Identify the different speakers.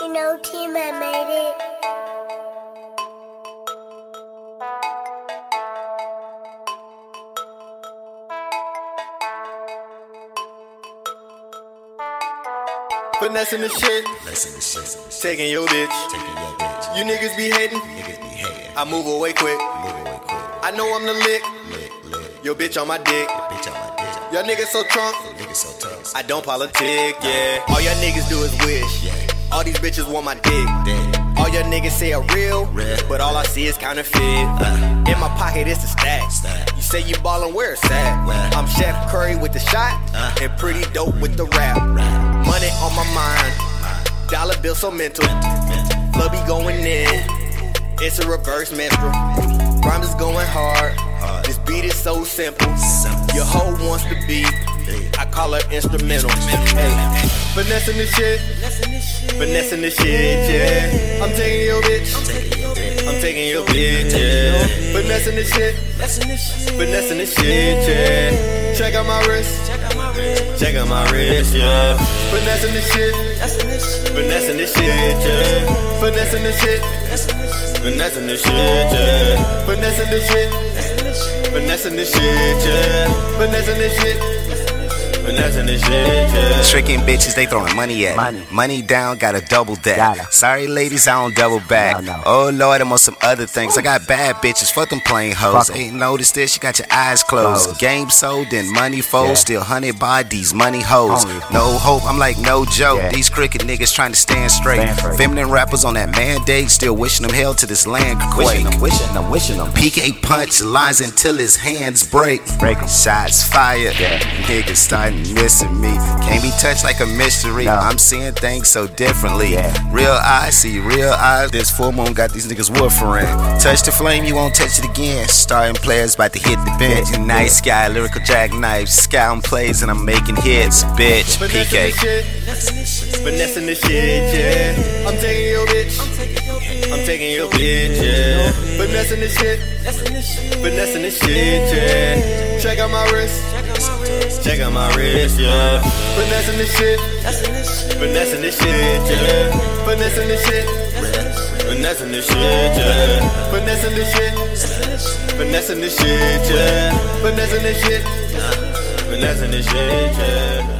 Speaker 1: You know, team, I made it.
Speaker 2: Finessing the shit,
Speaker 3: Blessing the shit.
Speaker 2: taking your bitch.
Speaker 3: Taking your bitch.
Speaker 2: You niggas be hating,
Speaker 3: Niggas be hating.
Speaker 2: I move away quick.
Speaker 3: Moving away quick.
Speaker 2: I know I'm the lick,
Speaker 3: Lick, lick.
Speaker 2: your bitch on my dick.
Speaker 3: Bitch on my dick.
Speaker 2: Y'all niggas so drunk,
Speaker 3: Niggas so tough.
Speaker 2: I don't politic, yeah. All y'all niggas do is wish,
Speaker 3: Yeah.
Speaker 2: All these bitches want my dick.
Speaker 3: Dead.
Speaker 2: All y'all niggas say are real,
Speaker 3: Real.
Speaker 2: but all I see is counterfeit. Uh, in my pocket, it's a stack.
Speaker 3: Stack.
Speaker 2: You say you ballin', where it's at?
Speaker 3: Where?
Speaker 2: I'm Chef Curry with the shot,
Speaker 3: Uh.
Speaker 2: and pretty dope with the rap.
Speaker 3: Rap.
Speaker 2: Money on my mind, dollar bill so mental.
Speaker 3: Mental.
Speaker 2: Love be going in, it's a reverse menstrual. Rhymes is going hard,
Speaker 3: Hard.
Speaker 2: this beat is so simple.
Speaker 3: Simple.
Speaker 2: Your hoe wants to be, I call her instrumental. Hey, finessing this shit, finessing this shit, yeah. I'm taking your bitch,
Speaker 3: Taking your bitch.
Speaker 2: I'm taking your bitch, yeah. Finessing this shit, finessing this shit, yeah. Check out my wrist, check out my wrist, yeah. Finessing this shit, finessing this shit, yeah. Finessing this shit, finessing this shit, yeah. Finessing this shit, finessing this shit, yeah. Finessing this shit, finessing this shit, yeah.
Speaker 4: Tricking bitches, they throwing money at.
Speaker 5: Money.
Speaker 4: down, got to double that.
Speaker 5: Gotta.
Speaker 4: Sorry, ladies, I don't double back.
Speaker 5: No, no.
Speaker 4: Oh lord, I'm on some other things. I got bad bitches, fuck them plain hoes.
Speaker 5: Fuck 'em.
Speaker 4: Ain't noticed this, you got your eyes closed.
Speaker 5: Closed.
Speaker 4: Game sold and money fold.
Speaker 5: Yeah.
Speaker 4: Still hunted by these money hoes.
Speaker 5: Only.
Speaker 4: No hope, I'm like no joke.
Speaker 5: Yeah.
Speaker 4: These cricket niggas trying to stand straight.
Speaker 5: Stand straight.
Speaker 4: Feminine rappers on that mandate, still wishing them hell to this land quake.
Speaker 5: Wishing them, wishing them, wishing them.
Speaker 4: PK punch lines until his hands break.
Speaker 5: Break 'em.
Speaker 4: Shots fired. Niggas starting missing me. Can't be touched like a mystery.
Speaker 5: No.
Speaker 4: I'm seeing things so differently.
Speaker 5: Yeah.
Speaker 4: Real eyes see real eyes. This full moon got these niggas woofering. Touch the flame, you won't touch it again. Starting players about to hit the bench. Nice sky, lyrical jackknife. Scouting plays and I'm making hits, bitch. PK.
Speaker 2: Finessing this shit, yeah. I'm taking your bitch. I'm taking your bitch, yeah. Finessing this shit. Finessing this shit, yeah. Check out my wrist. Check out my wrist, yeah. Finessing this shit. Finessing this shit, yeah. Finessing this shit. Finessing this shit, yeah. Finessing this shit. Finessing this shit, yeah. Finessing this shit. Finessing this shit, yeah.